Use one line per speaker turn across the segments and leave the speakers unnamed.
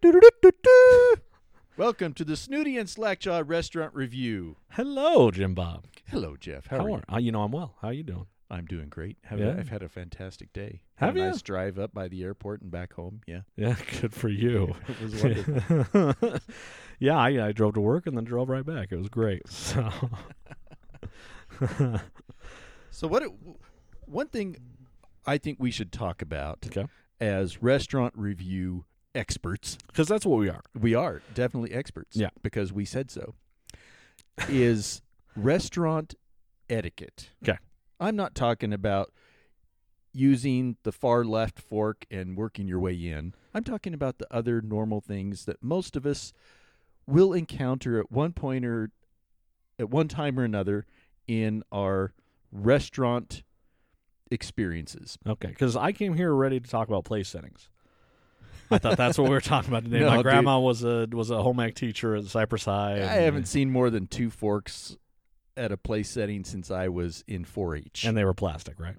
Do-do-do-do-do.
Welcome to the Snooty and Slackjaw Restaurant Review.
Hello, Jim Bob.
Hello, Jeff. How,
How,
are you?
are uh, you? know, I'm well. How are you doing?
I'm doing great. Have
Yeah.
a, I've had a fantastic day.
Have
had a
ya?
nice drive up by the airport and back home. Yeah,
Yeah, good for you.
it was wonderful.
yeah, I, I drove to work and then drove right back. It was great. So,
so what? It, one thing I think we should talk about
okay,
as restaurant review experts,
because that's what we are.
we are definitely experts.
Yeah.
because we said so. is restaurant etiquette?
'Kay.
I'm not talking about using the far left fork and working your way in. I'm talking about the other normal things that most of us will encounter at one point or at one time or another in our restaurant experiences.
Okay, because I came here ready to talk about place settings. I thought that's what we were talking about today.
No,
My
dude.
grandma was a was a home ec teacher at Cypress High.
I
and-
haven't seen more than two forks at a place setting since I was in 4-H.
and they were plastic, right?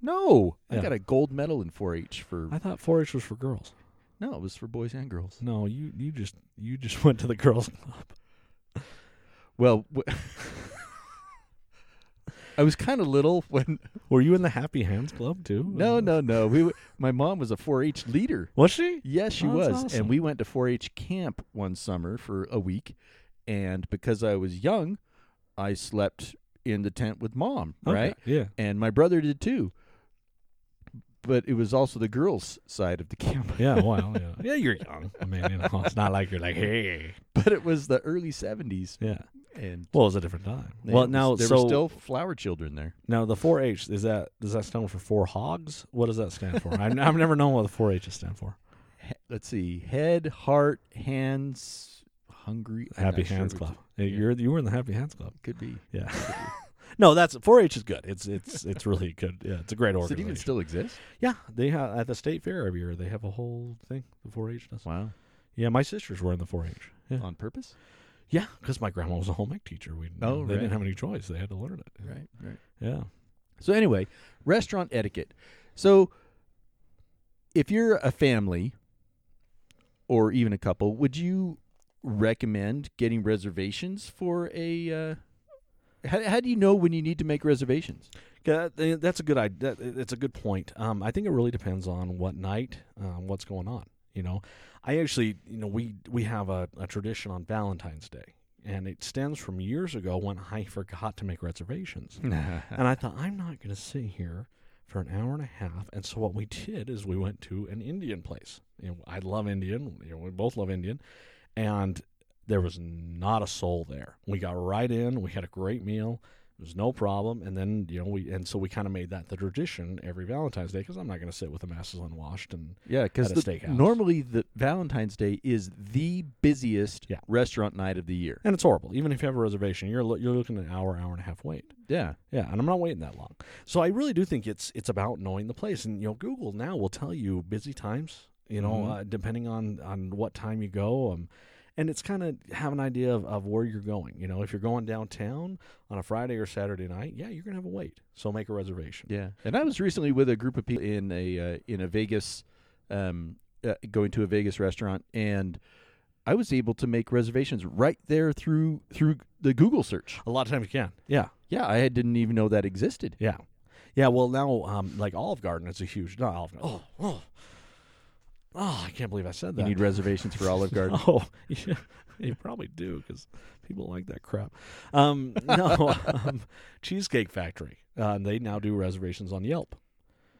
no, I
Yeah.
got a gold medal in 4-H for
I thought 4-H was for girls.
no, it was for boys and girls.
No, you you just you just went to the girls club.
Well, w- I was kind of little when
Were you in the Happy Hands Club too?
no, no, no. We w- my mom was a 4-H leader.
was she?
Yes, she
Oh,
was.
that's awesome.
And we went to 4 H camp one summer for a week. And because I was young, I slept in the tent with mom,
Okay,
right?
Yeah.
And my brother did too. But it was also the girls' side of the camp.
Yeah, well, yeah. yeah, you're young. I mean, you know, it's not like you're like, hey.
But it was the early 70s.
Yeah.
And
Well, it was a different time.
they-
well, now,
there
so
were still flower children there.
now the 4-H is that does that stand for four hogs? What does that stand for? I, I've never known what the 4-H is stand for.
He- let's see head, heart, hands, hungry. I'm
Happy
not sure
Hands
which
Club.
it
Hey,
yeah.
You're you were in the Happy Hands Club.
Could be.
Yeah. no, that's 4-H is good. It's it's it's really good. Yeah, it's a great
Does it
organization.
even still exist?
yeah, they have at the state fair every year. They have a whole thing. The 4-H does.
Wow.
Yeah, my sisters were in the 4-H. Yeah.
On purpose?
Yeah, because my grandma was a home ec teacher. We
Oh,
they
right.
didn't have any choice; they had to learn it.
Right, right.
Yeah,
So anyway, restaurant etiquette. So if you're a family or even a couple, would you recommend getting reservations for a uh, how, how do you know when you need to make reservations?
Yeah, that- eh, that's a good idea. It's a good point. Um, I think it really depends on what night, um, what's going on. You know, I actually, you know, we we have a, a tradition on Valentine's Day, and it stems from years ago when I forgot to make reservations. and I thought, I'm not going to sit here for an hour and a half. And so what we did is we went to an Indian place. You know, I love Indian. You know, we both love Indian, and there was not a soul there. We got right in. We had a great meal. It was no problem. And then you know we and so we kind of made that the tradition every Valentine's Day because I'm not going to sit with the masses unwashed and
yeah, because
At a steakhouse.
normally the Valentine's Day is the busiest
Yeah.
restaurant night of the year.
and it's horrible. Even if you have a reservation, you're lo- you're looking at an hour, hour and a half wait.
Yeah,
Yeah, and I'm not waiting that long. So I really do think it's it's about knowing the place, and you know, Google now will tell you busy times. You know,
Mhm.
uh, depending on on what time you go, um, and it's kind of have an idea of, of where you're going. You know, if you're going downtown on a Friday or Saturday night, yeah, you're gonna have a wait. So make a reservation.
yeah. And I was recently with a group of people in a uh, in a Vegas, um, uh, going to a Vegas restaurant, and I was able to make reservations right there through through the Google search.
A lot of times you can. Yeah,
Yeah, I had- didn't even know that existed.
yeah, yeah. Well, now um, like Olive Garden is a huge not Olive Garden. Oh, oh, oh! I can't believe I said that.
You need reservations for Olive Garden.
Oh, yeah, you probably do because people like that crap. Um, no, um, Cheesecake Factory. Uh, they now do reservations on Yelp,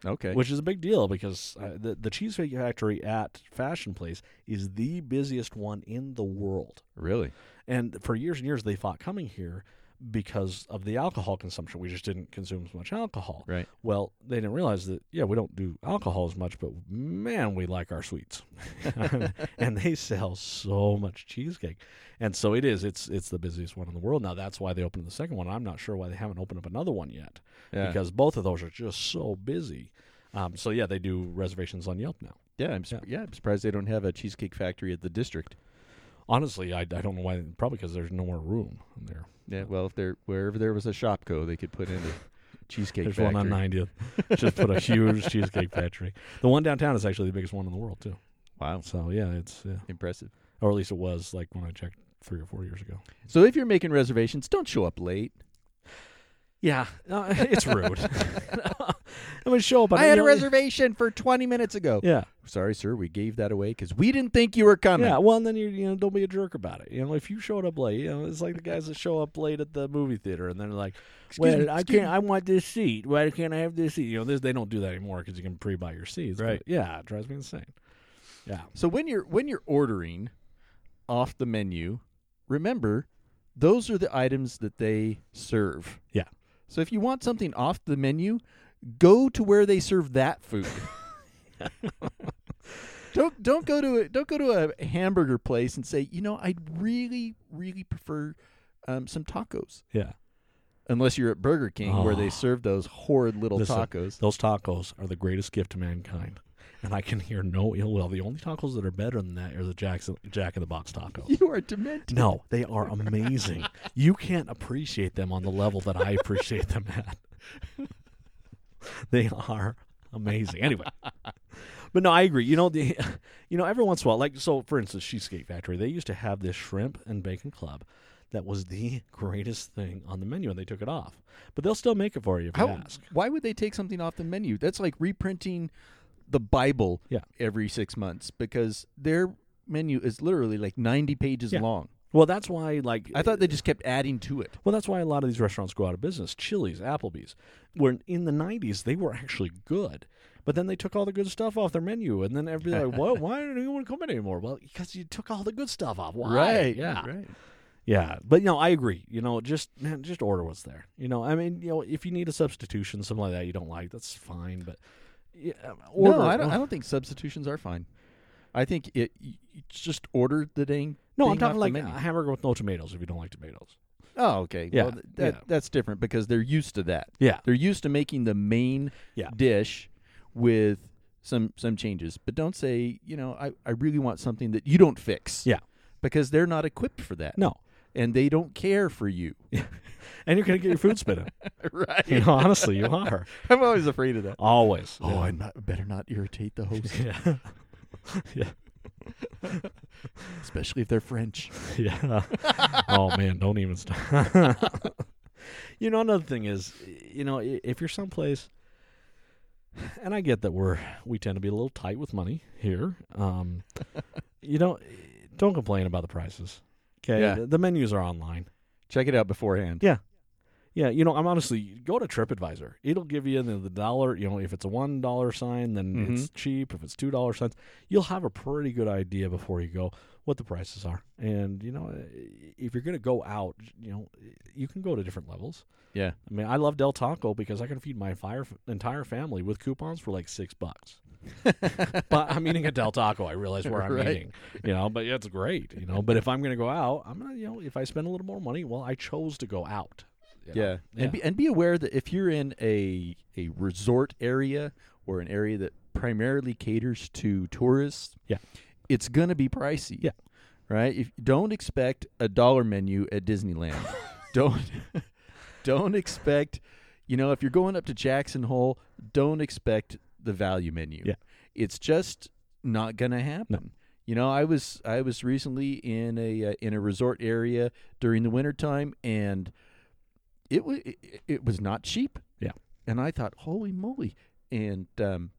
Okay.
which is a big deal because uh, the the Cheesecake Factory at Fashion Place is the busiest one in the world,
Really?
and for years and years they fought coming here because of the alcohol consumption. We just didn't consume as much alcohol.
Right.
Well, they didn't realize that, yeah, we don't do alcohol as much, but man, we like our sweets. and they sell so much cheesecake. And so it is, it's it's the busiest one in the world. Now that's why they opened the second one. I'm not sure why they haven't opened up another one yet.
Yeah.
Because both of those are just so busy. Um, so yeah, they do reservations on Yelp now.
Yeah, I'm. Su- yeah. I'm surprised they don't have a cheesecake factory at the district.
Honestly, I, I don't know why. Probably because there's no more room in there.
Yeah. Well, if there wherever there was a Shopco, they could put in a cheesecake
There's
factory.
one on 90th. Just put a huge cheesecake factory. The one downtown is actually the biggest one in the world too.
Wow.
So yeah, it's yeah.
Impressive.
or at least it was like when I checked three or four years ago.
So if you're making reservations, don't show up late.
Yeah, uh, it's rude. I'm gonna show up. on
I had a
any-
reservation for 20 minutes ago.
Yeah,
Sorry, sir. We gave that away because we didn't think you were coming.
yeah. Well, and then you you know don't be a jerk about it. You know if you showed up late, you know it's like the guys that show up late at the movie theater and they're like,
Excuse
"Well,
me,
I
excuse
can't. I want this seat. Why can't I have this seat?" You know this, they don't do that anymore because you can pre-buy your seats. but
Right.
yeah, it drives me insane. Yeah.
So when you're when you're ordering off the menu, remember those are the items that they serve.
Yeah.
So if you want something off the menu, go to where they serve that food. don't don't go to a, don't go to a hamburger place and say, "You know, I'd really really prefer um, some tacos."
Yeah.
Unless you're at Burger King where
Oh.
they serve those horrid little
Listen,
tacos.
uh, Those tacos are the greatest gift to mankind. And I can hear no ill will. The only tacos that are better than that are the Jackson, Jack in the Box tacos.
You are demented.
No, they are amazing. you can't appreciate them on the level that I appreciate them at. they are amazing. Anyway, but no, I agree. You know, the, you know, every once in a while, like so, for instance, Cheesecake Factory, they used to have this shrimp and bacon club. That was the greatest thing on the menu, and they took it off. But they'll still make it for you if
How,
you ask.
Why would they take something off the menu? That's like reprinting the Bible
Yeah.
every six months because their menu is literally like 90 pages
Yeah.
long.
Well, that's why, like,
I thought they just kept adding to it.
Well, that's why a lot of these restaurants go out of business. Chili's, Applebee's, were in the '90s they were actually good, but then they took all the good stuff off their menu, and then everybody's like, "What? Why don't you want to come in anymore?" Well, because you took all the good stuff off. Why? Yeah.
Right.
Yeah. But no, I agree. You know, just man, just order what's there. You know, I mean, you know, if you need a substitution, something like that, you don't like, that's fine. But yeah, um, order.
no, I don't, I don't think substitutions are fine. I think it. You you just order the dang.
No,
thing
I'm talking
off
like
the
a
menu.
hamburger with no tomatoes. If you don't like tomatoes.
Oh, okay.
Yeah,
Well, th- that,
yeah.
that's different because they're used to that.
Yeah.
They're used to making the main
Yeah.
dish with some some changes. But don't say, you know, I, I really want something that you don't fix.
Yeah.
Because they're not equipped for that.
No.
And they don't care for you.
And you're gonna get your food spit in.
right.
You know, honestly, you are
I'm always afraid of that.
always.
Oh,
Yeah.
I not, better not irritate the host,
Yeah. yeah.
especially if they're French.
Yeah. oh man, don't even start. you know, another thing is, you know, i- if you're someplace, and I get that we're we tend to be a little tight with money here. Um, you know, don't complain about the prices. Okay,
Yeah.
the, the menus are online.
Check it out beforehand.
Yeah. Yeah, you know, I'm honestly go to TripAdvisor. It'll give you the, the dollar. You know, if it's a one dollar sign, then
Mhm.
it's cheap. If it's two dollar signs, you'll have a pretty good idea before you go what the prices are. And you know, i- if you're gonna go out, you know, you can go to different levels.
Yeah.
I mean, I love Del Taco because I can feed my fire, entire family with coupons for like six bucks. but I'm eating at Del Taco. I realize where I'm
Right.
eating, you know. But yeah, it's great, you know. But if I'm gonna go out, I'm gonna, you know, if I spend a little more money, well, I chose to go out. you know.
Yeah.
Yeah.
And be, and be aware that if you're in a a resort area or an area that primarily caters to tourists,
Yeah.
it's going to be pricey.
Yeah.
Right? If don't expect a dollar menu at Disneyland. don't don't expect, you know, if you're going up to Jackson Hole, don't expect the value menu.
Yeah.
It's just not going to happen. You know, I was I was recently in a uh, in a resort area during the wintertime and it was it, it was not cheap.
Yeah.
and I thought, holy moly! And um,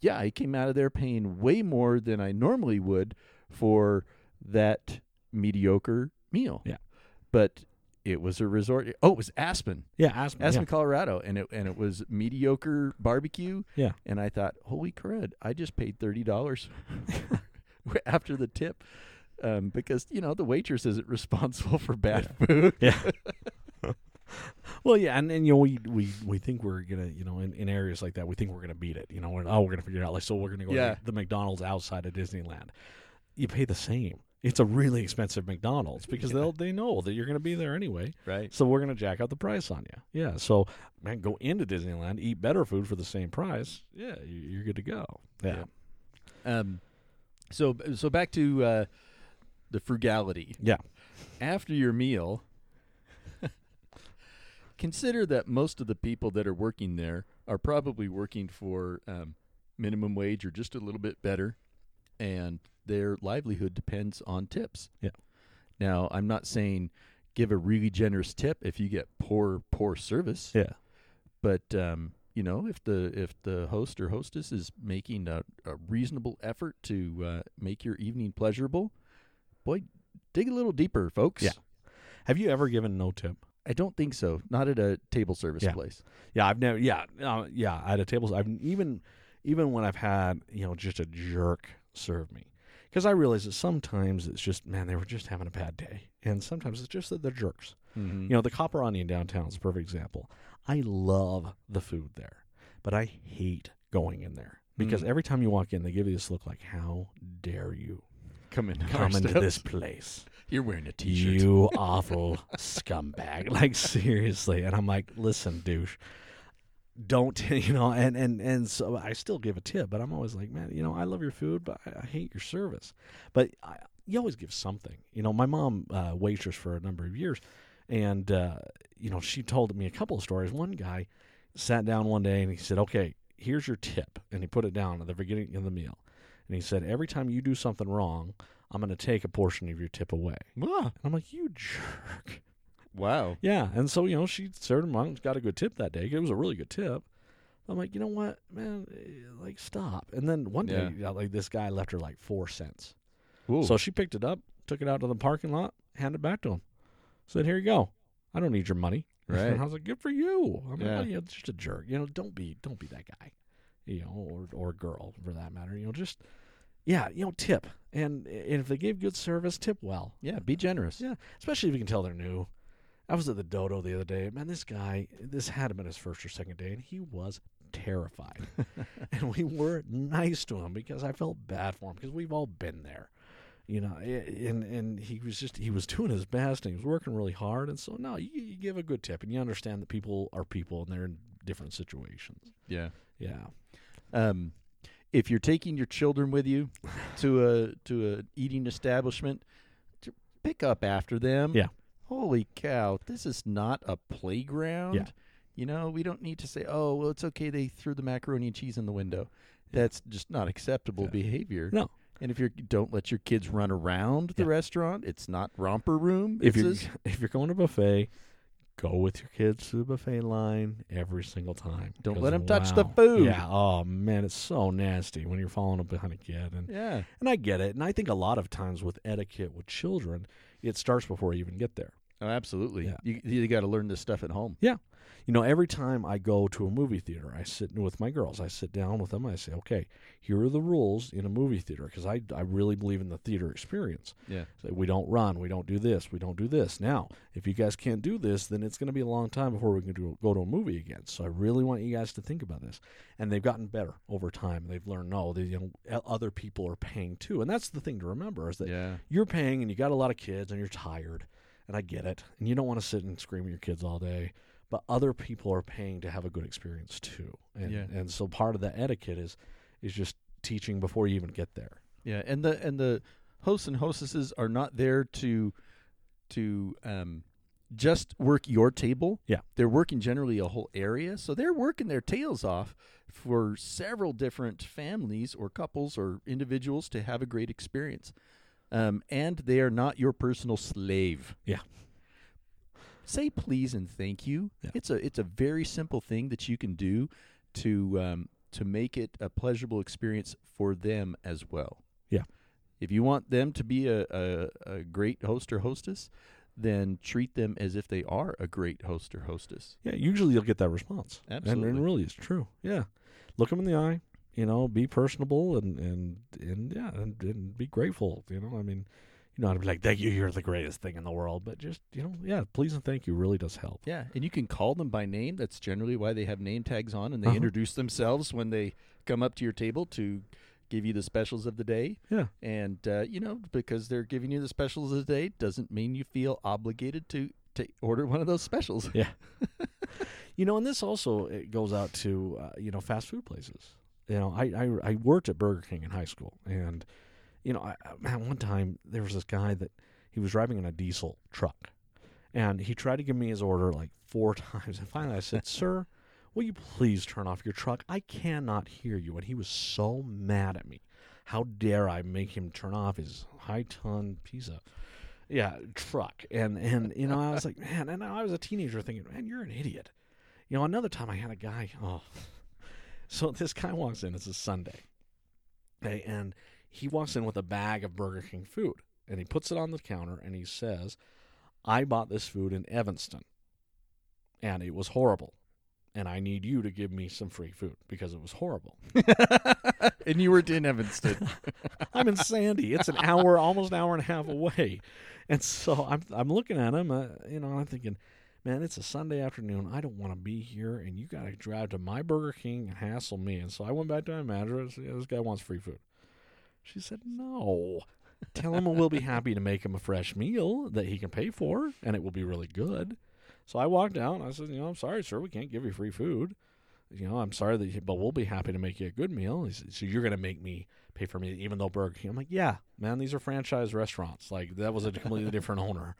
yeah, I came out of there paying way more than I normally would for that mediocre meal.
Yeah.
but it was a resort. Oh, it was Aspen,
Yeah, Aspen.
Aspen, Colorado, and it and it was mediocre barbecue.
Yeah.
and I thought, holy crud! I just paid thirty dollars after the tip. Um, because you know the waitress isn't responsible for bad food.
Yeah. yeah. well, yeah, and, and you know we, we we think we're gonna you know in, in areas like that we think we're gonna beat it. You know, we're, oh we're gonna figure it out. Like so we're gonna go
Yeah.
to the McDonald's outside of Disneyland. You pay the same. It's a really expensive McDonald's because they'll they know that you're gonna be there anyway.
Right.
So we're gonna jack up the price on you. Yeah. So man, go into Disneyland, eat better food for the same price. Yeah, you- you're good to go. Yeah.
Yeah. Um, so so back to uh, the frugality.
Yeah.
After your meal, consider that most of the people that are working there are probably working for um, minimum wage or just a little bit better. and their livelihood depends on tips.
Yeah.
Now, I'm not saying give a really generous tip if you get poor poor service,
Yeah.
but um, you know, if the if the host or hostess is making a, a reasonable effort to uh, make your evening pleasurable, boy, dig a little deeper, folks.
Yeah. Have you ever given no tip?
I don't think so. Not at a table service
Yeah.
place.
Yeah, I've never. Yeah, uh, yeah. At a table, I've even even when I've had you know just a jerk serve me, because I realize that sometimes it's just man they were just having a bad day, and sometimes it's just that they're jerks. You know, the Copper Onion downtown is a perfect example. I love the food there, but I hate going in there because
Mm.
every time you walk in, they give you this look like, "How dare you
come into,
come into this place?"
You're wearing a
You awful scumbag. Like seriously. And I'm like, listen, douche. Don't you know? And and and so I still give a tip, but I'm always like, man, you know, I love your food, but I, I hate your service. But I, you always give something. You know, my mom uh, waitress for a number of years, and uh, you know, she told me a couple of stories. One guy sat down one day and he said, "Okay, here's your tip," and he put it down at the beginning of the meal, and he said, "Every time you do something wrong, I'm going to take a portion of your tip away."
Ah,
And I'm like, you jerk.
wow.
Yeah. And so, you know, she served him wrong, got a good tip that day. It was a really good tip. I'm like, you know what, man, Eh, like stop. And then one day,
Yeah.
you know, like this guy left her like four cents.
Ooh.
So she picked it up, took it out to the parking lot, handed it back to him. Said, here you go. I don't need your money.
Right.
And I was like, good for you. I'm
Yeah.
like, you know, just a jerk. You know, don't be, don't be that guy. You know, or or girl for that matter. You know, just yeah, you know, tip. And, and if they gave good service, tip well.
yeah, be generous.
Yeah, especially if you can tell they're new. I was at the Dodo the other day. Man, this guy, this had been his first or second day, and he was terrified. and we were nice to him because I felt bad for him because we've all been there, you know. a- And and he was just he was doing his best and he was working really hard. And so no, you, you give a good tip and you understand that people are people and they're in different situations.
Yeah.
Yeah,
Um, if you're taking your children with you to a to an eating establishment, to pick up after them.
Yeah.
Holy cow! This is not a playground.
Yeah.
You know, we don't need to say, "Oh, well, it's okay." They threw the macaroni and cheese in the window. That's just not acceptable
Yeah.
behavior.
no.
And if you don't let your kids run around the
Yeah.
restaurant, it's not romper room.
If
it's
you're
just-
if you're going to buffet, go with your kids to the buffet line every single time.
Don't
'Cause,
let 'em touch the food.
Yeah. Oh man, it's so nasty when you're following up behind a kid, and
yeah,
and I get it, and I think a lot of times with etiquette with children, it starts before you even get there.
oh, absolutely.
Yeah.
You you got to learn this stuff at home.
You know, every time I go to a movie theater, I sit with my girls. I sit down with them. I say, okay, here are the rules in a movie theater because I, I really believe in the theater experience.
Yeah.
Say, we don't run. We don't do this. We don't do this. Now, if you guys can't do this, then it's going to be a long time before we can do, go to a movie again. So I really want you guys to think about this. And they've gotten better over time. They've learned, no, the, you know, other people are paying too. And that's the thing to remember is that
Yeah.
you're paying and you got a lot of kids and you're tired and i get it and you don't want to sit and scream at your kids all day but other people are paying to have a good experience too and
Yeah.
and so part of the etiquette is is just teaching before you even get there
Yeah, and the and the hosts and hostesses are not there to to um, just work your table.
Yeah.
they're working generally a whole area, so they're working their tails off for several different families or couples or individuals to have a great experience. Um, and they are not your personal slave.
Yeah.
Say please and thank you.
Yeah.
It's a it's a very simple thing that you can do to um, to make it a pleasurable experience for them as well.
Yeah.
If you want them to be a, a, a great host or hostess, then treat them as if they are a great host or hostess.
yeah usually you'll get that response And- and,
Absolutely.
really it's true yeah look them in the eye you know be personable and and and yeah and, and be grateful you know i mean you know, I'd be like, "Thank you, you're the greatest thing in the world." But just, you know, yeah, please and thank you really does help.
Yeah, and you can call them by name. That's generally why they have name tags on, and they
Uh-huh.
introduce themselves when they come up to your table to give you the specials of the day.
Yeah.
and uh, you know because they're giving you the specials of the day doesn't mean you feel obligated to to order one of those specials.
You know, and this also it goes out to uh, you know fast food places. You know, I, I I worked at Burger King in high school, and you know, I, I- man, one time there was this guy that he was driving in a diesel truck, and he tried to give me his order like four times, and finally I said, "Sir, will you please turn off your truck? I cannot hear you." And he was so mad at me. How dare I make him turn off his high ton pizza? Yeah, truck. And and you know, I was like, man, and I was a teenager thinking, man, you're an idiot. You know, another time I had a guy, oh so this guy walks in, it's a Sunday. Okay, and he walks in with a bag of Burger King food and he puts it on the counter and he says, I bought this food in Evanston and it was horrible. And I need you to give me some free food because it was horrible.
and you were in Evanston.
I'm in Sandy. It's an hour, almost an hour and a half away. And so I'm I'm looking at him, uh, you know, I'm thinking, man, it's a Sunday afternoon. I don't want to be here, and you got to drive to my Burger King and hassle me. And so I went back to my manager. and said, yeah, this guy wants free food. She said, no. Tell him we'll be happy to make him a fresh meal that he can pay for, and it will be really good. So I walked out and I said, you know, I'm sorry, sir, we can't give you free food. You know, I'm sorry that, you, but we'll be happy to make you a good meal. He said, so you're going to make me pay for me, even though Burger King. I'm like, yeah, man, these are franchise restaurants. Like that was a completely different owner.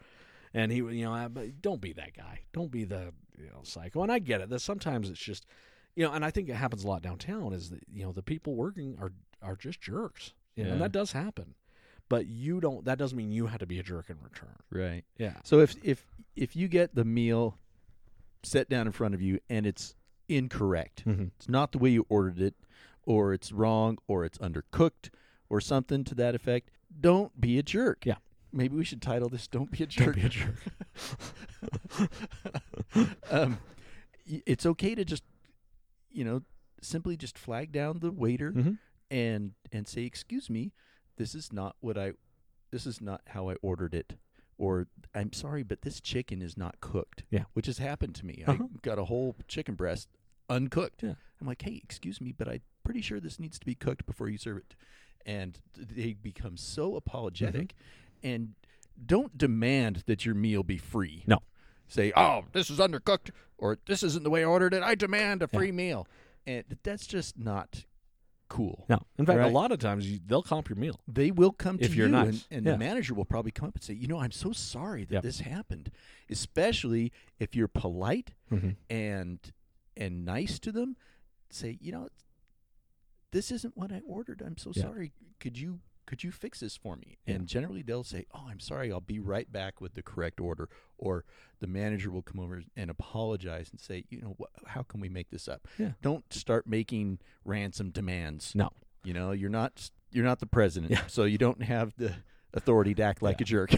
And he, you know, I, but don't be that guy. Don't be the you know psycho. And I get it that sometimes it's just, you know, and I think it happens a lot downtown. Is that you know the people working are are just jerks, you know, and
Yeah.
that does happen. But you don't. That doesn't mean you have to be a jerk in return.
right.
Yeah.
So if if if you get the meal set down in front of you and it's incorrect,
Mhm.
it's not the way you ordered it, or it's wrong, or it's undercooked, or something to that effect, don't be a jerk.
Yeah.
Maybe we should title this "Don't Be a
Don't
Jerk."
be a jerk.
um, y- it's okay to just, you know, simply just flag down the waiter
Mhm.
and and say, "Excuse me, this is not what I, this is not how I ordered it," or "I'm sorry, but this chicken is not cooked."
Yeah.
which has happened to me.
Uh-huh.
I got a whole chicken breast uncooked.
Yeah.
I'm like, "Hey, excuse me, but I'm pretty sure this needs to be cooked before you serve it," and th- they become so apologetic,
Mm-hmm.
and don't demand that your meal be free
No.
say, "Oh, this is undercooked," or "This isn't the way I ordered it. I demand a free meal," and that's just not cool.
No. In fact, a
Right.
lot of times you, they'll comp your meal.
They will come to
If you're
you,
nice.
and, and
Yeah.
the manager will probably come up and say, "You know, I'm so sorry that
Yep.
this happened," especially if you're polite
Mhm.
and and nice to them. Say, you know, this isn't what I ordered. I'm so
Yeah.
sorry. Could you could you fix this for me?
Yeah.
And generally they'll say, "Oh, I'm sorry. I'll be right back with the correct order." Or the manager will come over and apologize and say, "You know, wh- how can we make this up?"
Yeah.
Don't start making ransom demands.
No.
You know, you're not you're not the president,
Yeah.
so you don't have the authority to act like
Yeah.
a jerk.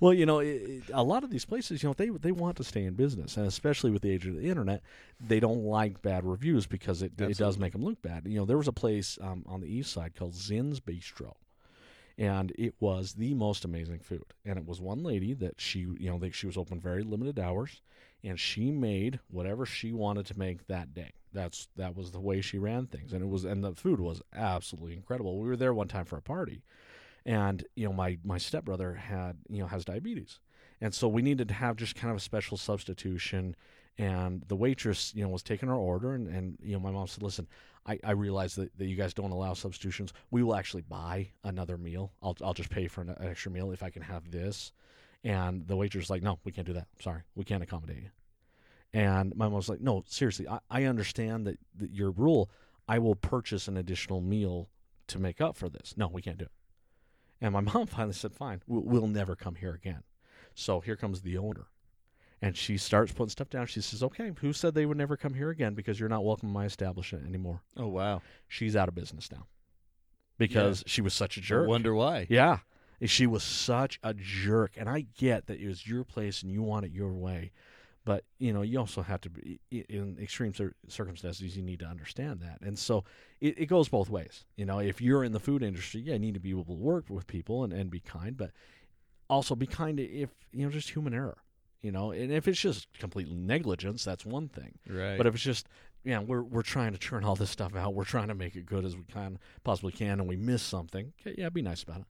Well, you know, it, it, a lot of these places, you know, they they want to stay in business, and especially with the age of the internet, they don't like bad reviews because it it does
Absolutely.
make them look bad. You know, there was a place um, on the east side called Zin's Bistro, and it was the most amazing food. And it was one lady that she, you know, that she was open very limited hours, and she made whatever she wanted to make that day. That's that was the way she ran things, and it was and the food was absolutely incredible. We were there one time for a party, and you know my my stepbrother had you know has diabetes and so we needed to have just kind of a special substitution and the waitress you know was taking our order and, and you know my mom said listen i, I realize that, that you guys don't allow substitutions we will actually buy another meal i'll, I'll just pay for an, an extra meal if i can have this and the waitress was like no we can't do that sorry we can't accommodate you and my mom was like no seriously i, I understand that, that your rule i will purchase an additional meal to make up for this no we can't do it and my mom finally said, "Fine, we'll, we'll never come here again." So here comes the owner, and she starts putting stuff down. She says, "Okay, who said they would never come here again? Because you're not welcome in my establishment anymore."
Oh wow.
She's out of business now because she was such a jerk.
Wonder why.
Yeah. She was such a jerk. And I get that it was your place and you want it your way. But, you know, you also have to be i- in extreme cir- circumstances, you need to understand that. And so it, it goes both ways. You know, if you're in the food industry, yeah, you need to be able to work with people and, and be kind, but also be kind if, you know, just human error. You know, and if it's just complete negligence, that's one thing.
Right.
But if it's just, yeah, we're we're trying to churn all this stuff out. We're trying to make it good as we can possibly can, and we miss something. Okay, yeah, be nice about it.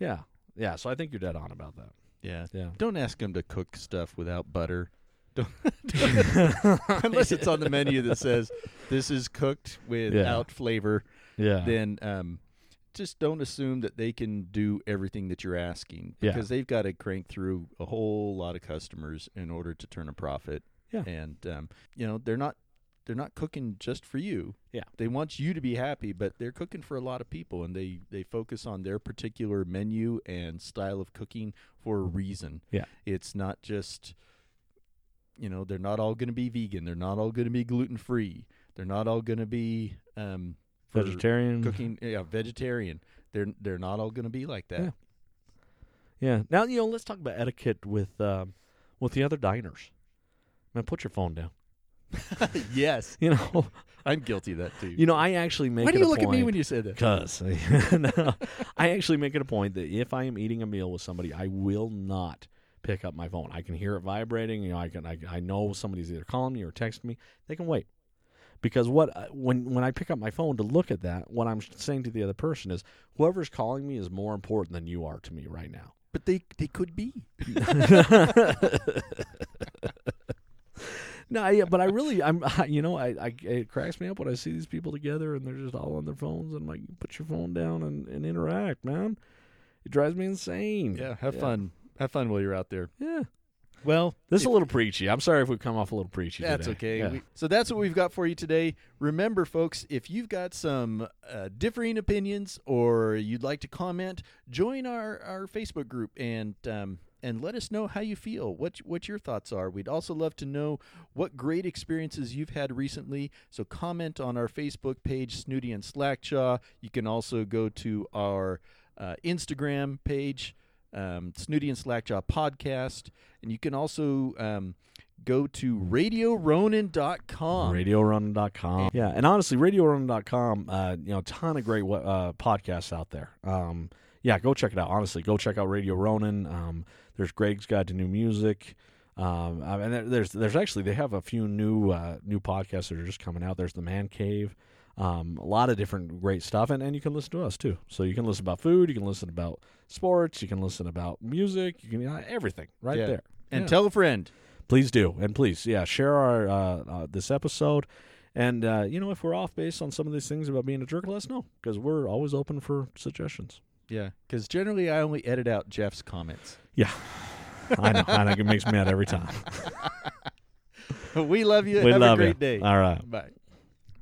Yeah, yeah. So I think you're dead on about that.
yeah.
Yeah.
Don't ask them to cook stuff without butter. Don't, unless it's on the menu that says this is cooked without flavor.
Yeah.
Then um, just don't assume that they can do everything that you're asking
Yeah.
because they've got to crank through a whole lot of customers in order to turn a profit.
Yeah.
And um, you know they're not they're not cooking just for you.
Yeah.
They want you to be happy, but they're cooking for a lot of people and they they focus on their particular menu and style of cooking for a reason.
Yeah.
It's not just you know, they're not all going to be vegan, they're not all going to be gluten-free, they're not all going to be um for
vegetarian
cooking yeah, vegetarian. They're they're not all going to be like that.
Yeah. Yeah. Now you know, let's talk about etiquette with um, with the other diners. Man, put your phone down.
yes,
You know,
I'm guilty of that too.
you know. I actually make.
Why do
it
you
a
look at me
point-
when you say that?
Cause No. I actually make it a point that if I am eating a meal with somebody, I will not pick up my phone. I can hear it vibrating. You know, I can. I, I know somebody's either calling me or texting me. They can wait. Because what uh, when when I pick up my phone to look at that, what I'm saying to the other person is, whoever's calling me is more important than you are to me right now.
But they they could be.
No, I, but I really, I'm, you know, I, I, it cracks me up when I see these people together and they're just all on their phones. I'm like, put your phone down and, and interact, man. It drives me insane.
Yeah, have fun. Have fun while you're out there.
Yeah.
Well,
This is a little preachy. I'm sorry if we come off a little preachy.
that's
today.
okay.
Yeah.
We- so that's what we've got for you today. Remember, folks, if you've got some uh, differing opinions or you'd like to comment, join our, our Facebook group and um, and let us know how you feel, what what your thoughts are. We'd also love to know what great experiences you've had recently. So comment on our Facebook page, Snooty and Slackjaw. You can also go to our uh, Instagram page, um, Snooty and Slackjaw podcast, and you can also. Um, go to radioronin.com.
RadioRonin.com. Yeah, and honestly, RadioRonin.com, uh, you know, ton of great we- uh, podcasts out there. Um, yeah, go check it out. Honestly, go check out Radio Ronin. Um, there's Greg's Guide to New Music. Um, I mean, there- there's there's actually they have a few new uh, new podcasts that are just coming out. There's the Man Cave. Um, a lot of different great stuff, and, and you can listen to us too. So you can listen about food, you can listen about sports, you can listen about music, you can uh, everything right
Yeah.
there.
and
Yeah
tell a friend.
please do and please yeah share our uh, uh, this episode and uh, you know if we're off base on some of these things about being a jerk let us know because we're always open for suggestions
Yeah, because generally I only edit out Jeff's comments.
yeah I know, I know it makes me mad every time
we love you.
we
Have
love Uh,
a great
you
day.
all right
Bye.